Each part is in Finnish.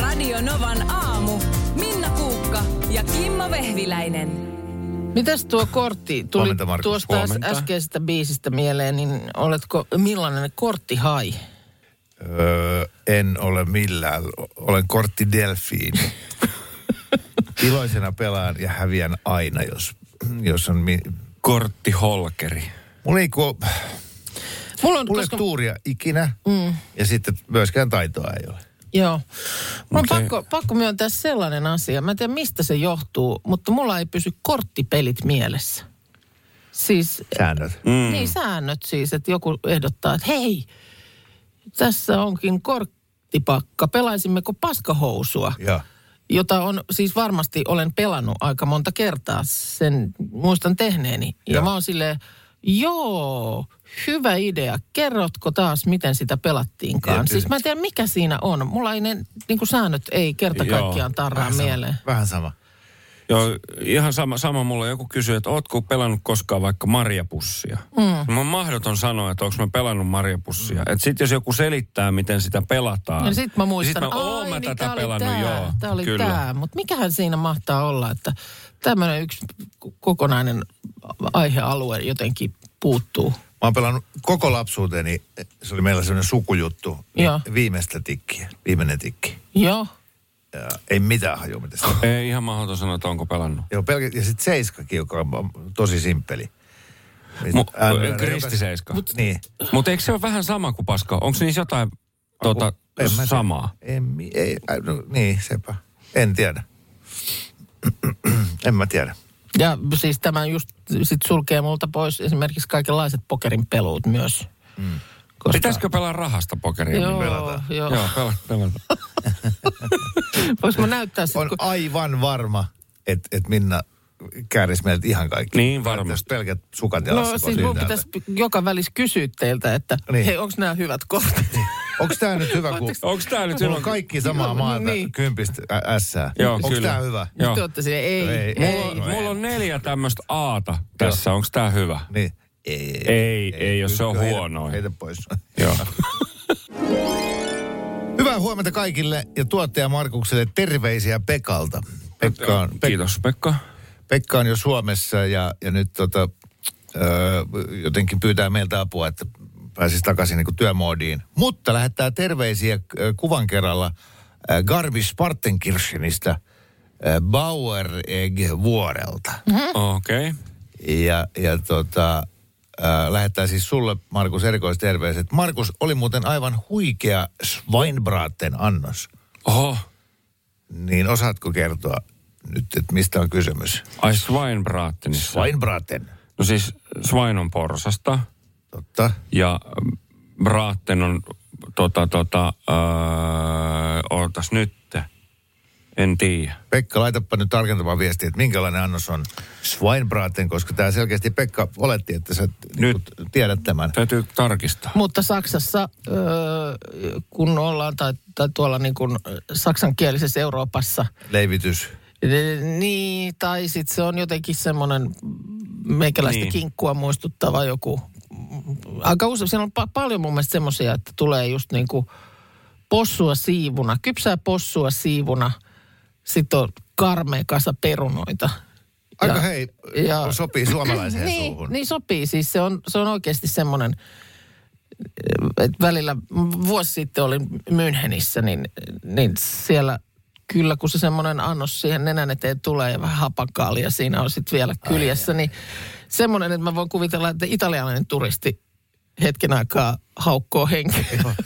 Radio Novan aamu. Minna Kuukka ja Kimmo Vehviläinen. Mitäs tuo kortti tuli Huomenta, Markus. tuosta äs- Huomenta. äskeisestä biisistä mieleen, niin oletko, millainen kortti hai? Öö, en ole millään. Olen kortti delfiini. Iloisena pelaan ja häviän aina, jos, jos on... Mi- Kortti Holkeri. Mulla ei kuo, Mulla on, mulla koska, ei tuuria ikinä mm. ja sitten myöskään taitoa ei ole. joo. Mä on Mut ei- pakko, pakko myöntää sellainen asia. Mä en tiedä, mistä se johtuu, mutta mulla ei pysy korttipelit mielessä. Siis Säännöt. Mm. Niin säännöt siis, että joku ehdottaa, että hei, tässä onkin korttipakka, pelaisimmeko paskahousua? Ja. Jota on siis varmasti olen pelannut aika monta kertaa, sen muistan tehneeni. Ja, ja Joo. mä oon silleen, joo, hyvä idea, kerrotko taas, miten sitä pelattiinkaan? Ja- siis mä en tiedä, mikä siinä on. Mulla ei ne niin säännöt ei kerta Joo, kaikkiaan tarraa mieleen. Vähän sama. Joo, ihan sama, sama mulle. Joku kysyy, että ootko pelannut koskaan vaikka marjapussia? Mm. Mä on mahdoton sanoa, että onko mä pelannut marjapussia. Mm. Että sit jos joku selittää, miten sitä pelataan. Ja No sit mä muistan, Sit mä, ai, oon mä niin tätä tää oli pelannut, tää, joo. Tää oli kyllä. tää, mutta mikähän siinä mahtaa olla, että tämmöinen yksi k- kokonainen aihealue jotenkin puuttuu. Mä oon pelannut koko lapsuuteni, se oli meillä sellainen sukujuttu, Niin Joo. viimeistä tikkiä, viimeinen tikki. Joo, Ja ei mitään hajua, mitä sitä Ei ihan mahdoton sanoa, että onko pelannut. Joo, pelkä, ja sitten seiskakin, joka on tosi simppeli. Mu- äh, Äänellä- Kristiseiska. Mut- Niin. Mutta eikö se ole vähän sama kuin paska? Onko niissä jotain tota, En mä tiedä. samaa? En, mi- ei, äh, no, niin, sepä. En tiedä. en mä tiedä. ja siis tämä just sit sulkee multa pois esimerkiksi kaikenlaiset pokerin peluut myös. Mm. Koska, Pitäisikö pelaa rahasta pokeria? Joo, pelata? joo. Joo, pelata. pelata. Voisi mä näyttää sit, On kun, aivan varma, että et Minna käärisi meiltä ihan kaikki. Niin, varmasti. Tässä Pelkät sukat ja No siis mun pitäisi joka välissä kysyä teiltä, että niin. Niin. hei, onko nämä hyvät kortit? Onko tämä nyt hyvä, kun Onko tää Sulla nyt silloin? on kaikki samaa Joo, maata niin. kympistä ä- ässää. Joo, Onko kyllä. tämä hyvä? Joo. Te ootte silleen, ei, No Ei, ei. ei. Mulla, mulla on neljä tämmöistä aata tässä. Onko tää hyvä? Niin. Ei, Ei, ei, jos se on Heitä- huonoin. Heitä pois. Joo. Hyvää huomenta kaikille ja tuottaja Markukselle terveisiä Pekalta. Pekka on, Pek, Kiitos Pekka. Pekka on jo Suomessa ja, ja nyt tota, öö, jotenkin pyytää meiltä apua, että pääsisi takaisin niin työmoodiin. Mutta lähettää terveisiä ö, kuvan kerralla ö, Garbi Spartenkirchenistä ö, Bauer-Egg-vuorelta. Mm-hmm. Okei. Okay. Ja, ja tota, äh, lähettää siis sulle, Markus, erikoisterveiset. Markus oli muuten aivan huikea Schweinbraten annos. Oho, Niin osaatko kertoa nyt, että mistä on kysymys? ai Schweinbratenissa. Schweinbraten. No siis Schwein on porsasta Totta. ja mm, Braten on tota tota, öö, ootas nyt. En tiedä. Pekka, laitapa nyt tarkentamaan viestiä, että minkälainen annos on Schweinbraten, koska tämä selkeästi Pekka oletti, että sä nyt. tiedät tämän. Täytyy tarkistaa. Mutta Saksassa, öö, kun ollaan tai, tai tuolla niin kuin saksankielisessä Euroopassa, Leivitys. niin, tai sitten se on jotenkin semmoinen meikäläistä niin. Niin. kinkkua muistuttava joku. Aika usein, siellä on pa- paljon mun mielestä semmoisia, että tulee just niin kuin possua siivuna, kypsää possua siivuna, sitten on karmea kasa perunoita. Aika Ja- hei, ja- sopii suomalaiseen niin, suuhun. Niin sopii, siis se on, se on oikeasti semmoinen, että välillä vuosi sitten olin Münchenissä, niin, niin siellä kyllä kun se semmoinen annos siihen nenän eteen tulee ja vähän hapakaalia siinä on sitten vielä kyljessä, niin semmoinen, että mä voin kuvitella, että italialainen turisti hetken aikaa haukkoo henkeä. niin.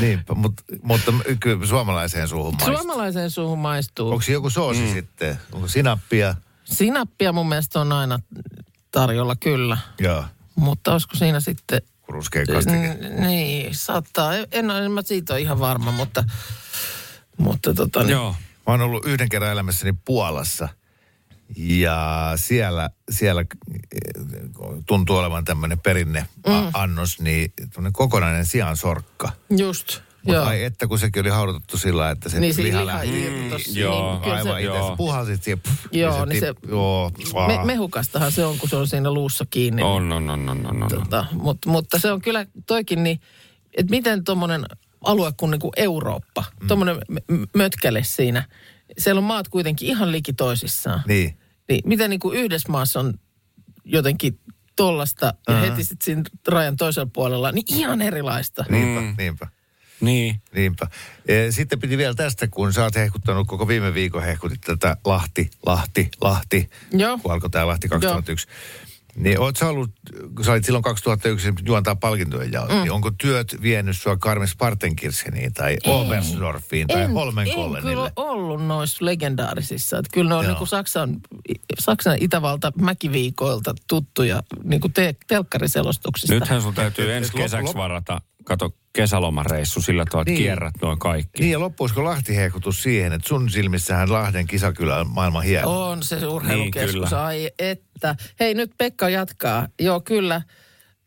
Niinpä, mutta, mutta kyllä suomalaiseen suuhun maistuu. Suomalaiseen suuhun maistuu. Onko se joku soosi mm. sitten? Onko sinappia? Sinappia mun mielestä on aina tarjolla kyllä, Joo. mutta olisiko siinä sitten Ruskea kastike. N- niin, saattaa. En, en, en mä siitä ole ihan varma, mutta, mutta tota, niin, Joo. Mä oon ollut yhden kerran elämässäni Puolassa. Ja siellä, siellä eh, tuntuu olevan tämmöinen perinne mm. annos, niin tämmöinen kokonainen siansorkka. just. Joo. Mutta ai että kun sekin oli haudutettu sillä, että se Niin niin se liha liha lähti. irti tossa. Mm, joo, Niin, kyllä Aivan se- itse. Sä joo. puhalsit siihen. Pff, Joo, ja niin se- tip- Joo, Me, me, mehukastahan se on, kun se on siinä luussa Niin. kiinni. On, on, on, on, on, on. Tota, mut, mutta se on kyllä toikin niin, että miten tuommoinen alue kuin, niin kuin Eurooppa. Mm. Tuommoinen mötkäle siinä. Siellä on maat kuitenkin ihan liki toisissaan. Niin. Niin, miten niin kuin yhdessä maassa on jotenkin tollasta ja Aha. heti sitten siinä rajan toisella puolella, niin ihan erilaista. Niinpä, Mm. mm. niinpä. Niin. Niinpä. E, Sitten piti vielä tästä, kun sä oot hehkuttanut koko viime viikon hehkutit tätä Lahti, Lahti, Lahti, Joo. kun alkoi tämä Lahti 2001. Niin oot sä ollut, kun sä olit silloin 2001 juontaa palkintojen jaolla, mm. niin onko työt vienyt sua Karmen Spartenkircheniin tai Oberstdorfiin tai en kyllä Holmenkollenille? ollut noissa legendaarisissa. Että kyllä ne on Joo. niin kuin Saksan, Saksan Itävalta mäkiviikoilta tuttuja niin kuin te, telkkariselostuksista. Nythän sun täytyy ensi et lop- kesäksi lop- varata, kato, kesälomareissu sillä tavalla, että Niin. kierrät noin kaikki. Niin ja loppuisiko Lahti hehkutus siihen, että sun silmissähän Lahden kisakylä on maailman hieno? On se urheilukeskus, Niin, niin, kyllä. ai että. Hei, nyt Pekka jatkaa. Joo, kyllä.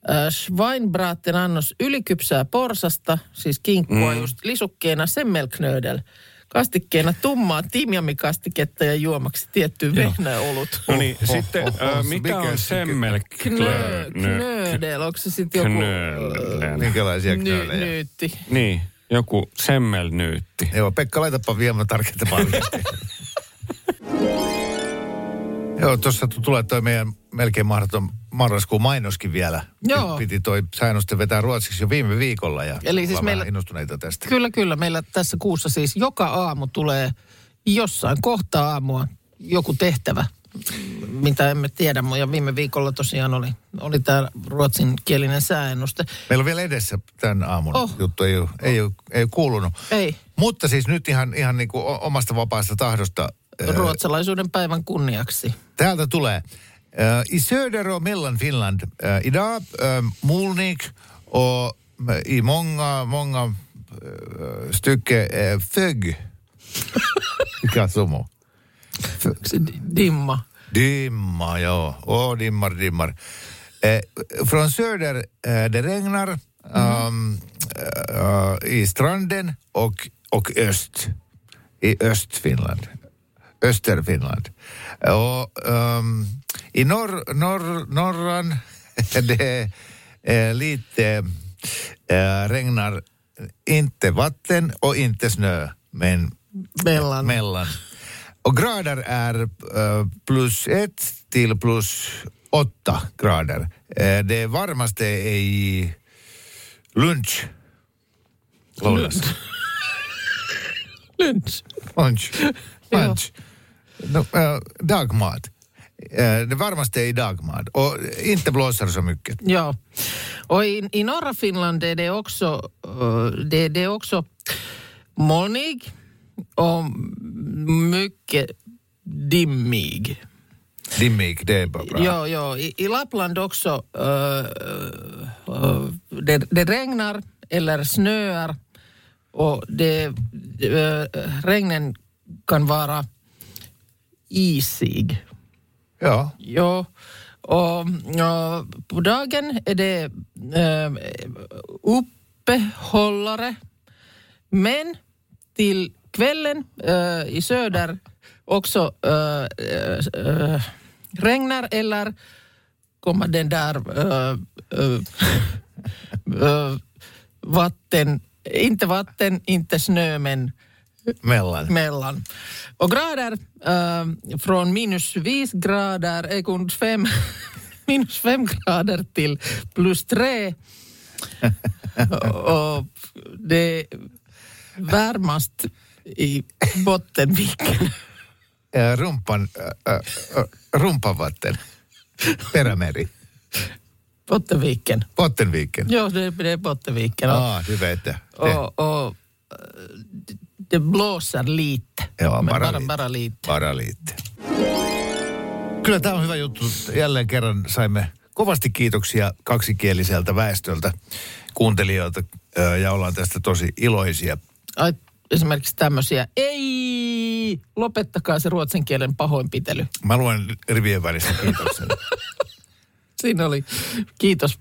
Äh, Schweinbraten annos ylikypsää porsasta, siis kinkkua mm. just lisukkeena semmelknödel. Kastikkeena tummaa timjamikastiketta ja juomaksi tietty vehnäolut. No niin, Oho, sitten oho, se äh, mikä mikä on se- semmel? Knö- Knödel, onko se sitten joku äh, Knöölen. Minkälaisia ny, knöylejä? nyytti? Niin, joku semmelnyytti. Joo, Pekka, laitapa viemään tarkentamaan viestiä. Joo, tuossa tu- tulee toi meidän melkein mahdoton marraskuun mainoskin vielä. Joo. P- Piti toi säännösten vetää ruotsiksi jo viime viikolla ja Eli siis ollaan meillä- vähän innostuneita tästä. Kyllä, kyllä. Meillä tässä kuussa siis joka aamu tulee jossain kohtaa aamua joku tehtävä, m- mitä emme tiedä. mu- Ja viime viikolla tosiaan oli, oli tämä ruotsinkielinen sääennuste. Meillä on vielä edessä tämän aamun Oh. oh. juttu, ei ole, ei, ole, ei ole kuulunut. Ei, Mutta siis nyt ihan, ihan niin kuin o- omasta vapaasta tahdosta. ö, ruotsalaisuuden päivän kunniaksi. Täältä tulee. Uh, I söder och mellan Finland. Uh, idag uh, molnig och eh, i många, många uh, stycke uh, fögg. Vilka summor. Se di- dimma. Dimma, ja. Åh, dimmar, dimmar. Eh, från söder, eh, det regnar um, eh, i stranden och, och öst. I Östfinland. Österfinland. Och um, i norr, norr, norran, det är lite eh, regnar inte vatten och inte snö, men Mellan. mellan. Och grader är eh, plus ett till plus åtta grader. Eh, det varmaste är i lunch. Lunch. Lynch. Lunch. lunch. No, eh, dagmat. Eh, det varmaste är i dagmat. Och inte blåser så mycket. Joo. Och i, i norra Finland är det också, eh, det, det är också molnig och mycket dimmig. Dimmig, det är bara bra. Joo, joo. I, i Lapland också, ö, ö, det, det regnar eller snöar och det, ö, regnen kan vara isig. Ja. Joo. Och, ja, på dagen är det eh, uppehållare. Men till kvällen eh, i söder också eh, eh, eh, regnar eller kommer den där eh, eh, eh, vatten, inte vatten, inte snö men mellan. mellan. Och grader eh, från minus 5 grader, eh, kun fem, minus 5 grader till plus 3. Och det är varmast i Bottenviken. Eh, rumpan, äh, äh, rumpanvatten. Perämeri. Bottenviken. Bottenviken. Joo, det, det är Bottenviken. Och, Ah, du vet det. det. och, och eh, det blåser lite. Joo, Men bara bara, lite. bara lite. Para liitti. Kyllä tämä on hyvä juttu. Jälleen kerran saimme kovasti kiitoksia kaksikieliseltä väestöltä, kuuntelijoilta, ö, ja ollaan tästä tosi iloisia. Ai, esimerkiksi tämmöisiä, ei, lopettakaa se ruotsin kielen pahoinpitely. Mä luen rivien välistä kiitoksen. Siinä oli, kiitos,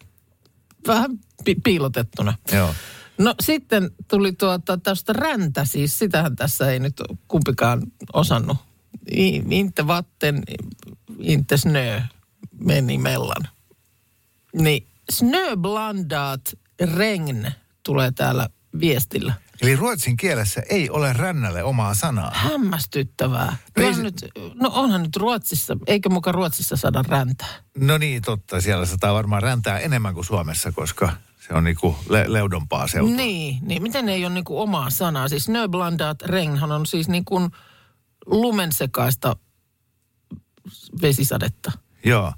vähän pi- piilotettuna. Joo. No sitten tuli tuota tästä räntä, siis sitähän tässä ei nyt kumpikaan osannut. I- Inte vatten, inte snö meni mellan. Niin snöblandat regn tulee täällä viestillä. Eli ruotsin kielessä ei ole rännälle omaa sanaa. Hämmästyttävää. No ei No, se- nyt, no onhan nyt Ruotsissa, eikö muka Ruotsissa saada räntää? No niin, totta. Siellä sataa varmaan räntää enemmän kuin Suomessa, koska se on niinku le- leudompaa seutua. Niin, niin, miten ei ole niinku omaa sanaa? Siis snöblandat regnhan on siis niinku lumensekaista vesisadetta. Joo.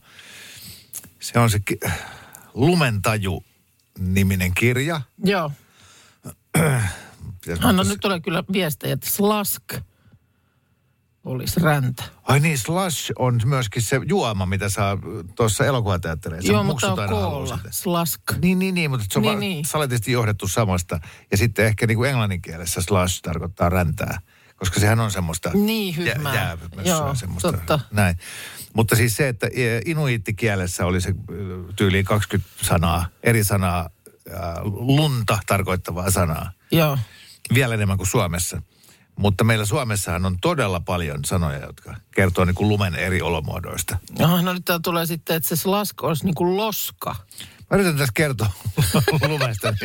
Se on se ki- Lumentaju-niminen kirja. Joo. Pitäis Anna, mä- No, nyt tulee kyllä viestejä, että slask olisi räntä. Ai niin, slush on myöskin se juoma, mitä saa tuossa elokuvateattereissa. Joo, mutta Muksut on aina haluaa koolla. sitä. Slask. Niin, niin, niin, mutta se on Niin, niin, niin. niin. saletisti johdettu samasta. Ja sitten ehkä niin kuin englannin kielessä slash tarkoittaa räntää, koska sehän on semmoista... Niin, hyvää. Jää, Joo, jää, semmoista, totta. Näin. Mutta siis se, että eh, inuittikielessä oli se eh, tyyliin 20 sanaa, eri sanaa, äh, lunta tarkoittavaa sanaa. Joo. Vielä enemmän kuin Suomessa. Mutta meillä Suomessahan on todella paljon sanoja, jotka kertoo niin kuin lumen eri olomuodoista. No, no nyt täällä tulee sitten, että se slask olisi niin kuin loska. Mä yritän tässä kertoa niin lumesta. Mä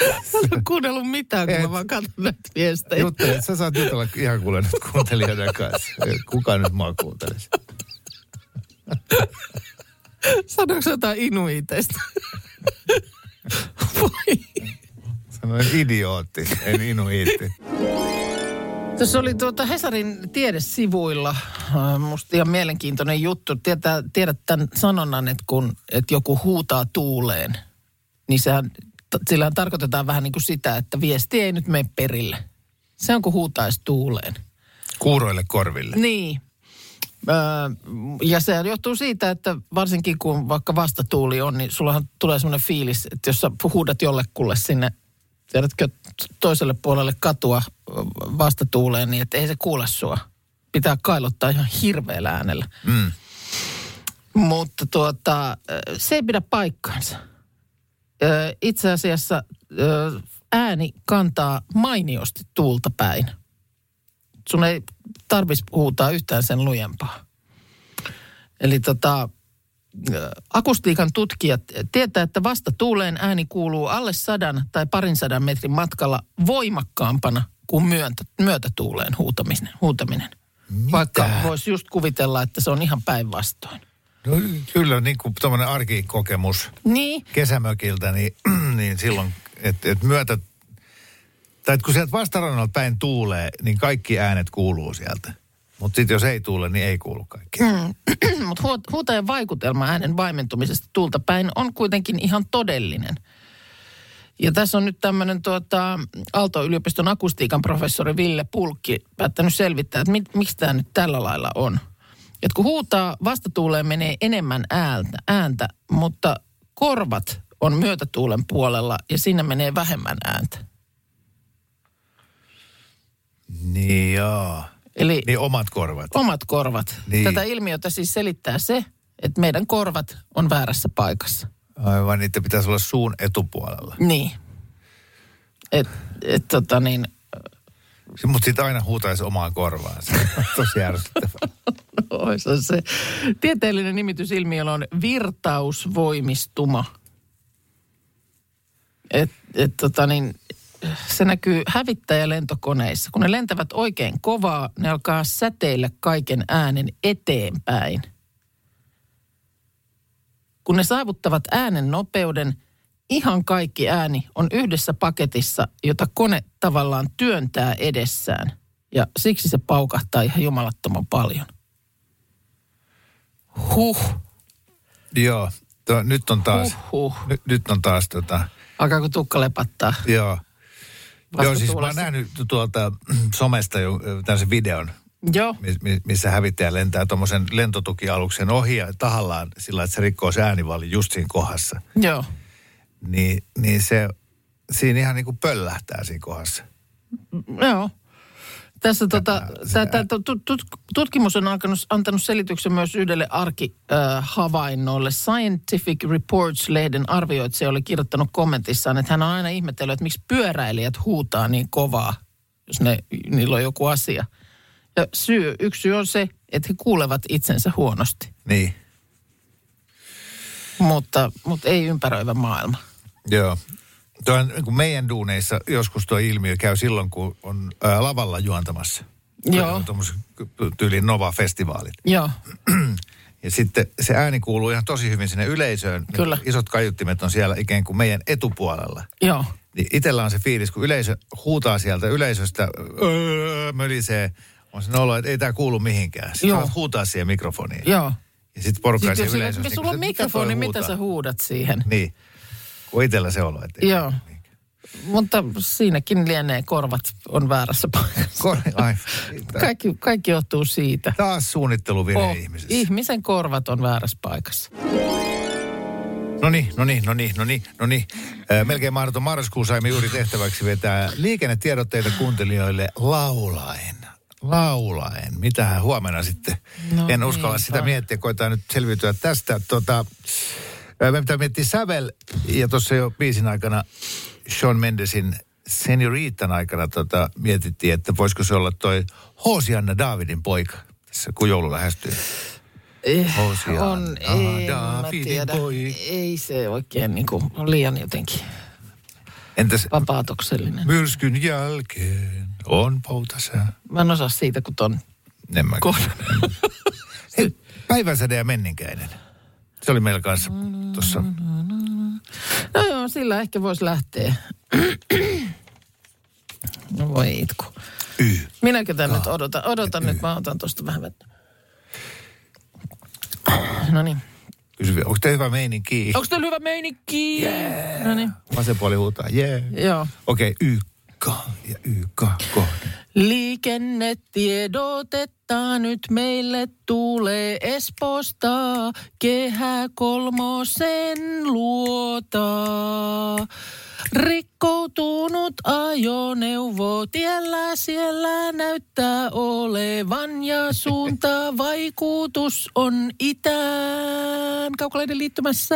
en ole kuunnellut mitään, kun mä vaan katson näitä viestejä. Juttele, sä saat jutella ihan kuule nyt kuuntelijoiden kanssa. Kuka nyt mua kuuntelisi? Sanoiko sä jotain inuiteista? Voi. Sanoin idiootti, en inuiitti. Tuossa oli tuota Hesarin tiedesivuilla äh, musta ihan mielenkiintoinen juttu. Tietää, tiedät tämän sanonnan, että kun että joku huutaa tuuleen, niin sehän, t- sillähän tarkoitetaan vähän niin kuin sitä, että viesti ei nyt mene perille. Se on kuin huutaisi tuuleen. Kuuroille korville. Niin. Öö, ja se johtuu siitä, että varsinkin kun vaikka vastatuuli on, niin sullahan tulee semmoinen fiilis, että jos sä huudat jollekulle sinne, tiedätkö, toiselle puolelle katua ö, vastatuuleen, niin että ei se kuule sua. Pitää kailottaa ihan hirveällä äänellä. Mm. Mutta tuota, ö, se ei pidä paikkaansa. Ö, Itse asiassa ö, ääni kantaa mainiosti tuulta päin. Sun ei tarvitsisi huutaa yhtään sen lujempaa. Eli tota, ö, akustiikan tutkijat tietää, että vasta tuuleen ääni kuuluu alle sadan tai parin sadan metrin matkalla voimakkaampana kuin myöntä, myötätuuleen huutaminen. huutaminen. Vaikka Mitä? voisi just kuvitella, että se on ihan päinvastoin. No, kyllä niin kuin tuommoinen arkikokemus Niin, kesämökiltä, niin, niin silloin, että et myötä... Tai et kun sieltä vastarannalta päin tuulee, niin kaikki äänet kuuluu sieltä. Mutta sitten jos ei tuule, niin ei kuulu kaikki. Mm. mutta huutajan vaikutelma äänen vaimentumisesta tuulta päin on kuitenkin ihan todellinen. Ja tässä on nyt tämmöinen tuota, Aalto-yliopiston akustiikan professori Ville Pulkki päättänyt selvittää, että mit, miksi tämä nyt tällä lailla on. Et kun huutaa, vastatuuleen menee enemmän ääntä, ääntä, mutta korvat on myötätuulen puolella ja sinne menee vähemmän ääntä. Niin joo. Eli Niin omat korvat. omat korvat. Niin. Tätä ilmiötä siis selittää se, että meidän korvat on väärässä paikassa. Aivan, niitä pitäisi olla suun etupuolella. Niin. Et, et tota niin, Mutta sitten aina huutaisi omaan korvaansa. Tosi ärsyttävää. ois on se. Tieteellinen nimitys ilmiöllä on virtausvoimistuma. Et, et tota niin, se näkyy hävittäjälentokoneissa. Kun ne lentävät oikein kovaa, ne alkaa säteillä kaiken äänen eteenpäin. Kun ne saavuttavat äänen nopeuden, ihan kaikki ääni on yhdessä paketissa, jota kone tavallaan työntää edessään. Ja siksi se paukahtaa ihan jumalattoman paljon. Huh, Joo, to, nyt on taas, huh, huh. nyt, nyt on taas tota, Alkaako tukka lepattaa? joo. Joo, siis mä oon tuulessa. nähnyt tuolta mm, somesta jo ö, tämmöisen videon, Joo, mi- mi- missä hävittäjä lentää tuommoisen lentotukialuksen ohi ja tahallaan sillä, että se rikkoo se äänivalli just siinä kohdassa. joo. Niin, niin se, siinä ihan niin kuin pöllähtää siinä kohdassa. Joo. Tässä tota, se- tää, tää, tut, tut, tutkimus on alkanut, antanut selityksen myös yhdelle arkihavainnolle. Scientific Reports-lehden arvioitsija oli kirjoittanut kommentissaan, että hän on aina ihmetellyt, että miksi pyöräilijät huutaa niin kovaa, jos ne, niillä on joku asia. Ja syy, yksi syy on se, että he kuulevat itsensä huonosti, Niin, mutta, mutta ei ympäröivä maailma. joo. Tuo on, kun meidän duuneissa joskus tuo ilmiö käy silloin, kun on ää, lavalla juontamassa. Joo. On tommoset Tyyliin Nova-festivaalit. Joo, Ja sitten se ääni kuuluu ihan tosi hyvin sinne yleisöön. Kyllä. Isot kaiuttimet on siellä ikään kuin meidän etupuolella. joo. Niin itellä on se fiilis, kun yleisö huutaa sieltä yleisöstä, öö, mölisee. On se olo, että ei tämä kuulu mihinkään. Sitten Joo. alat huutaa siihen mikrofoniin. Joo. Ja sitten porukka Sitten sitten jos siellä sillä, yleisössä. sulla on niin kuin, mikrofoni, toi mitä huutaa? sä huudat siihen? Niin. Kun itellä se olo, että ei Joo. kuulu mihinkään. Mutta siinäkin lienee korvat on väärässä paikassa. Kor- Ai, Kaikki, kaikki johtuu siitä. Taas suunnitteluvirhe Oh, ihmisessä. ihmisen korvat on väärässä paikassa. No niin, no niin, no niin, no niin, no niin. Äh, Melkein mahdoton marraskuu saimme juuri tehtäväksi vetää liikennetiedotteita kuuntelijoille laulaen. Laulaen. Mitähän huomenna sitten? No, No en uskalla niinpä. sitä miettiä, koetaan nyt selviytyä tästä. Tota, äh, me pitää miettiä sävel, ja tuossa jo biisin aikana Sean Mendesin senioriitan aikana tota, mietittiin, että voisiko se olla toi Hoosianna Daavidin poika, tässä kun joulu lähestyy. Eh, Hosianna, on, ei, mä Daavidin tiedä. poika. Ei se oikein niin kuin, on liian jotenkin Entäs vapaatuksellinen. Myrskyn jälkeen on poutasää. Mä en osaa siitä, kun ton En mä. kohdan. Hei, Päivänsäde ja menninkäinen. Se oli meillä kanssa tuossa. No joo, sillä ehkä voisi lähteä. No voi itku. Y. Minäkö tän nyt odotan? Odotan nyt, mä otan tuosta vähän vettä. No niin. Kysy, vielä, onko tämä hyvä meininki? Onko teillä hyvä meininki? Yeah. No niin, Vasen puoli huutaa, jee. Yeah. joo. Okei, okay, YK ja YK kohde. Liikennetiedotetta nyt meille tulee Espoosta, kehä kolmosen luota. Rikkoutunut ajoneuvo tiellä siellä näyttää olevan ja suunta vaikutus on itään. Kaukaleiden liittymässä.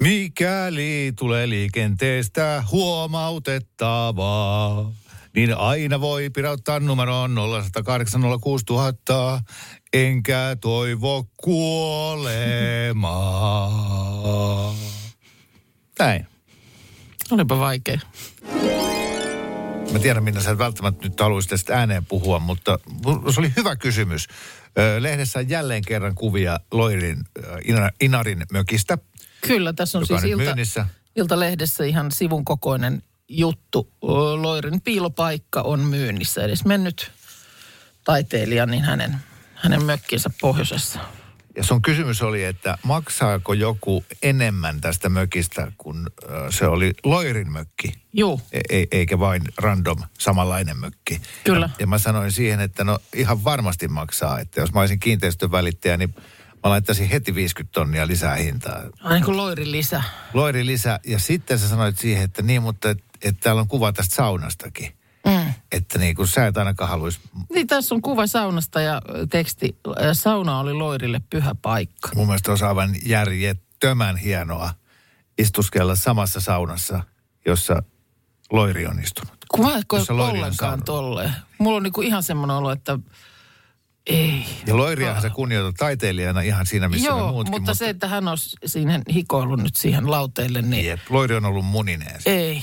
Mikäli tulee liikenteestä huomautettavaa, niin aina voi pirauttaa numeroon 0806000, enkä toivo kuolemaa. Näin. Olipa vaikea. Mä tiedän, minä sä et välttämättä nyt haluaisit tästä ääneen puhua, mutta mu- se oli hyvä kysymys. Ö, Lehdessä on jälleen kerran kuvia Loirin ö, Ina- Inarin mökistä. Kyllä, tässä on Joka on siis nyt ilta, myynnissä. Iltalehdessä ihan sivun kokoinen juttu. Ö, Loirin piilopaikka on myynnissä. Edes mennyt taiteilija, niin hänen, hänen mökkinsä pohjoisessa. Ja sun kysymys oli, että maksaako joku enemmän tästä mökistä, kun ö, se oli Loirin mökki, Juu, e- e- eikä vain random samanlainen mökki. Kyllä. Ja, ja mä sanoin siihen, että no ihan varmasti maksaa, että jos mä olisin kiinteistön välittäjä, niin mä laittaisin heti 50 tonnia lisää hintaa. aina kuin Loirin lisä. Loiri lisä, ja sitten sä sanoit siihen, että niin, mutta et, et täällä on kuva tästä saunastakin. Mm. Että niin, kun sä et ainakaan haluaisi. Niin tässä on kuva saunasta ja ö, teksti. ö, Sauna oli Loirille pyhä paikka. Mun mielestä on aivan järjettömän hienoa istuskella samassa saunassa, jossa Loiri on istunut. Kuvaatko Jossa Loiri on sauna. ollenkaan tolleen? Mulla on niinku ihan semmoinen olo, että ei. Ja Loiriahan sä kunnioitat taiteilijana ihan siinä, missä me Joo, muutkin. mutta se, että hän on siinä hikoillut nyt siihen lauteelle, niin Jep, Loiri on ollut munineen. Ei,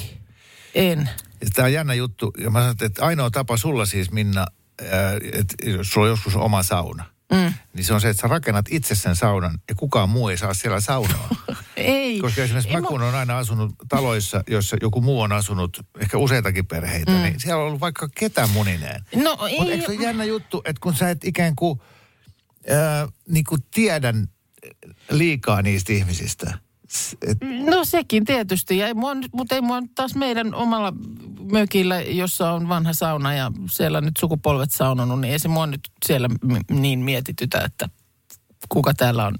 en. Tämä on jännä juttu. Ja mä sanoin, että ainoa tapa sulla siis, Minna, ää, että jos sulla on joskus oma sauna. Mm. Niin se on se, että sä rakennat itse sen saunan ja kukaan muu ei saa siellä saunaa. Ei. Koska esimerkiksi Ei mä mu- kun on aina asunut taloissa, jossa joku muu on asunut, ehkä useitakin perheitä, mm. niin siellä on ollut vaikka ketä munineen. No Mutta eikö se ei. ole jännä juttu, että kun sä et ikään kuin, ää, niin kuin tiedän liikaa niistä ihmisistä. S- Et, No sekin tietysti, ja ei mua, nyt- mutta ei mua nyt taas meidän omalla mökillä, jossa on vanha sauna ja siellä nyt sukupolvet saunonut, niin ei se mua nyt siellä m- niin mietitytä, että kuka täällä on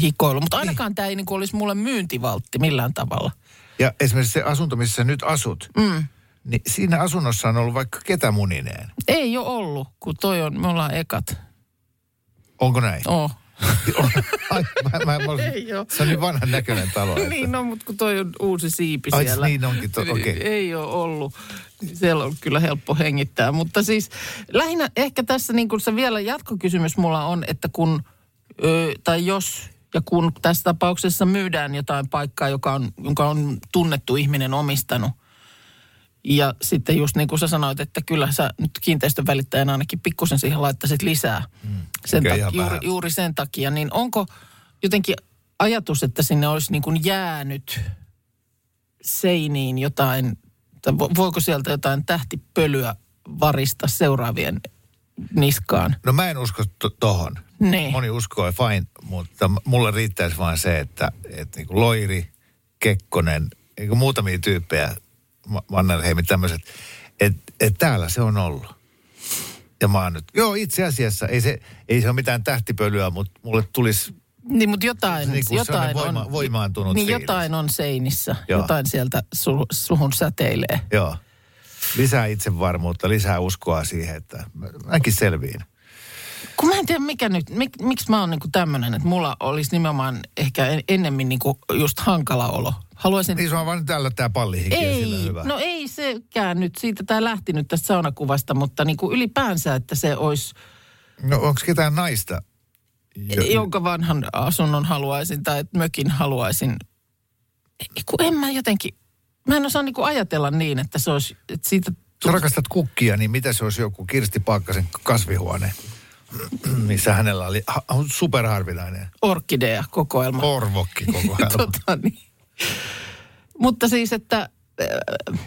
hikoillut. Mutta ainakaan tämä ei niin olisi mulle myyntivaltti millään tavalla. ja esimerkiksi se asunto, missä sä nyt asut, mm. niin siinä asunnossa on ollut vaikka ketä munineen. Ei ole ollut, kun toi on, me ollaan ekat. Onko näin? Oh. On. Ai, mä, mä, mä, Ei oo. se on niin vanhan näköinen talo. että- niin, no, mutta kun toi on uusi siipi Ai, siellä. niin onkin to- okei. Ei ole ollut. Siellä on kyllä helppo hengittää. Mutta siis niinku lähinnä ehkä tässä niin kuin se vielä jatkokysymys mulla on, että kun, ö, tai jos Ja kun tässä tapauksessa myydään jotain paikkaa, joka on, jonka on tunnettu ihminen omistanut, ja sitten just niin kuin sä sanoit, että kyllä sä nyt kiinteistön välittäjänä ainakin pikkusen siihen laittaisit lisää. Mm, sen eikä tak- ihan juuri, vähän. juuri sen takia. Niin onko jotenkin ajatus, että sinne olisi niin kuin jäänyt seiniin jotain, tai vo- voiko sieltä jotain tähtipölyä varista seuraavien niskaan? No mä en usko to- tohon. Niin. Moni uskoo, fine, mutta m- mulle riittäisi vaan se, että, että niin Loiri, Kekkonen, niin muutamia tyyppejä, Ma- Mannerheimit tämmöiset, että et täällä se on ollut. Ja mä oon nyt, joo itse asiassa, ei se, ei se ole mitään tähtipölyä, mutta mulle tulisi Niin, mutta jotain, Se niin niinku jotain sellainen voima- on, voimaantunut niin fiilis. jotain on seinissä, Joo. jotain sieltä su, suhun säteilee. Joo. Lisää itsevarmuutta, lisää uskoa siihen, että mä- mäkin selviin. Niin. Kun mä en tiedä mikä nyt, mik, miksi mä oon niinku tämmönen, että mulla olisi nimenomaan ehkä en, ennemmin niinku just hankala olo. Haluaisin... Niin se on vaan tällä tämä pallihiki ja sillä ei, hyvä. no ei sekään nyt, siitä tämä lähti nyt tästä saunakuvasta, mutta niinku ylipäänsä, että se olisi, no onko ketään naista? Jo- jonka vanhan asunnon haluaisin tai että mökin haluaisin. Ei, Kun en mä jotenkin, mä en osaa niinku ajatella niin, että se olisi, että siitä Sä rakastat kukkia, niin mitä se olisi joku Kirsti Paakkasen kasvihuone, missä hänellä oli ha- superharvinainen orkideja kokoelma. korvokki koko ajan. tota, niin. Mutta siis, että... äh,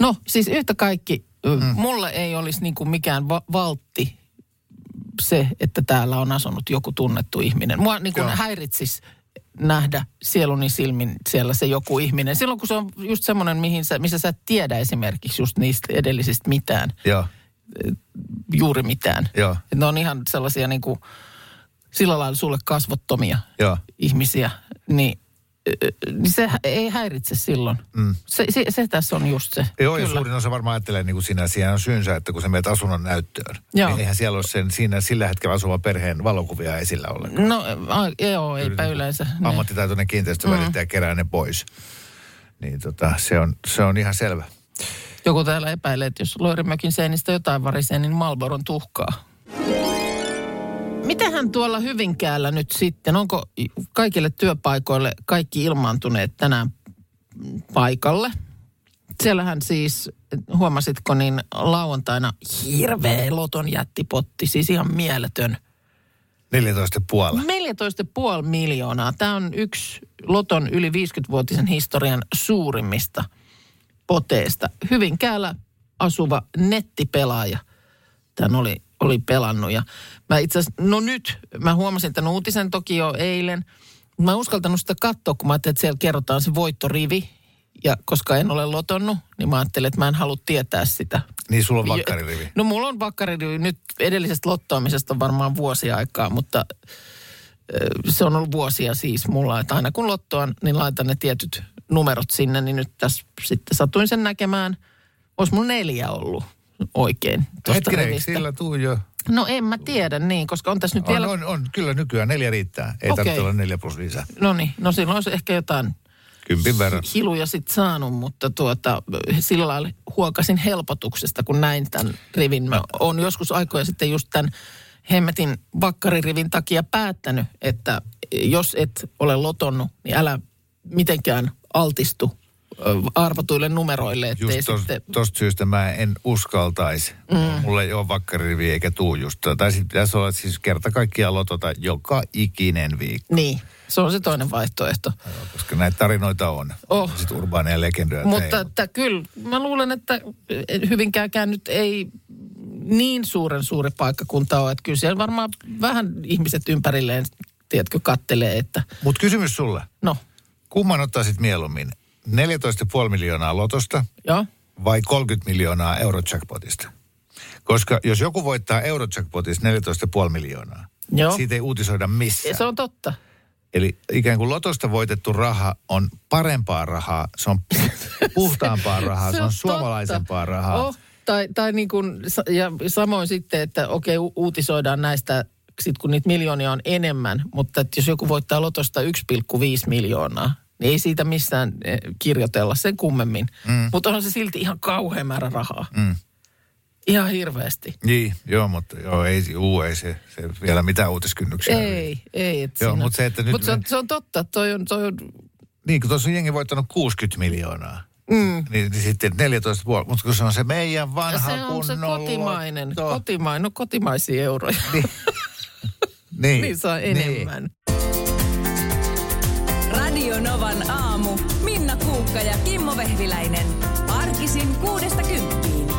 No, siis yhtä kaikki, mm. mulle ei olisi niin kuin mikään va- valtti se, että täällä on asunut joku tunnettu ihminen. Mua niin kuin Joo. häiritsisi nähdä sieluni silmin siellä se joku ihminen. Silloin kun se on just semmoinen, mihin sä, missä sä et tiedä esimerkiksi just niistä edellisistä mitään Joo, juuri mitään. Joo. Et Ne on ihan sellaisia niin kuin, sillä lailla sulle kasvottomia Joo. ihmisiä, niin, ö, ö, niin se hä- ei häiritse silloin. Mm. Se, se, se tässä on just se. Joo, ja suurin osa varmaan ajattelee niin kuin sinä, siinä on syynsä, että kun sä menet asunnon näyttöön, Joo. niin eihän siellä ole sen, siinä sillä hetkellä asuvan perheen valokuvia esillä ollenkaan. No, a, joo, eipä yleensä. Niin. ammattitaitoinen kiinteistövälittäjä mm. kerää ne pois. Niin tota, se on, se on ihan selvä. Joku täällä epäilee, että jos Loirimökin seinistä jotain varisee, niin Malboron tuhkaa. Mitähän tuolla Hyvinkäällä nyt sitten? Onko kaikille työpaikoille kaikki ilmaantuneet tänään paikalle? Siellähän siis, huomasitko niin lauantaina hirveä loton jättipotti, siis ihan mieletön. 14,5. 14,5 miljoonaa. Tämä on yksi Loton yli 50-vuotisen historian suurimmista poteista. Hyvinkäällä asuva nettipelaaja tämän oli, oli pelannut. Ja mä itse asiassa, no nyt, mä huomasin tämän uutisen toki jo eilen. Mä en uskaltanut sitä katsoa, kun mä ajattelin, että siellä kerrotaan se voittorivi. Ja koska en ole lotonnut, niin mä ajattelin, että mä en halua tietää sitä. Niin sulla on vakkaririvi. No mulla on vakkaririvi. Nyt edellisestä lottoamisesta on varmaan vuosia aikaa, mutta ö, se on ollut vuosia siis mulla, että aina kun lottoan, niin laitan ne tietyt numerot sinne, niin nyt tässä sitten satuin sen näkemään. Olisi mun neljä ollut oikein tuosta Hetkinen, eikö rivistä. sillä tuu jo? No en mä tiedä niin, koska on tässä nyt On, vielä... on, on, kyllä nykyään neljä riittää. Ei Okei. tarvitse olla neljä plus lisää. No niin, no silloin olisi ehkä jotain Kympin verran. hiluja sitten saanut, mutta tuota, sillä lailla huokasin helpotuksesta, kun näin tämän rivin. Mä oon joskus aikoja sitten just tämän hemmetin vakkaririvin takia päättänyt, että jos et ole lotonnut, niin älä mitenkään altistu ö, arvotuille numeroille, ettei Just tos, sitten... tosta syystä mä en uskaltaisi. Mm. Mulla ei ole vakkaririvi eikä tuu just. tota. Tai sitten pitäisi olla siis kerta kaikkiaan lotota joka ikinen viikko. Niin, se on se toinen vaihtoehto. Koska näitä tarinoita on. Oh. Sitten urbaaneja legendoja. että Mutta ei, että kyllä, mä luulen, että hyvinkäänkään nyt ei niin suuren suuri paikkakunta ole. Että kyllä siellä varmaan vähän ihmiset ympärilleen, tiedätkö, kattelee, että Mut kysymys sulle. no, Kumman ottaisit mieluummin? 14,5 miljoonaa lotosta joo, vai 30 miljoonaa eurojackpotista? Koska jos joku voittaa eurojackpotista 14,5 miljoonaa, Joo. siitä ei uutisoida missään. se on totta. Eli ikään kuin lotosta voitettu raha on parempaa rahaa, se on puhtaampaa rahaa, se, on totta. suomalaisempaa rahaa. Oh, tai tai niin kuin, sa- ja samoin sitten, että okei, u- uutisoidaan näistä, sit kun niitä miljoonia on enemmän, mutta että jos joku voittaa lotosta 1,5 miljoonaa, niin ei siitä missään eh, kirjoitella sen kummemmin. Mm. Mutta onhan se silti ihan kauhean määrä rahaa. Mm. ihan hirveästi. Niin, joo, mutta joo, ei, juu, ei se, se vielä mitään uutiskynnyksiä. Ei, ei. Et Joo, siinä- mut se, että nyt mut se, on, me- se on totta, toi on, toi on Niin, kun tuossa on jengi voittanut 60 miljoonaa. Mm. Niin, niin sitten 14 vuotta. Mutta kun se on se meidän vanha se on se kunnon kotimainen, lotto. kotimainen, no kotimaisia euroja, Niin. niin. niin saa enemmän. Radio Novan aamu. Minna Kuukka ja Kimmo Vehviläinen. Arkisin kuudesta kymppiin.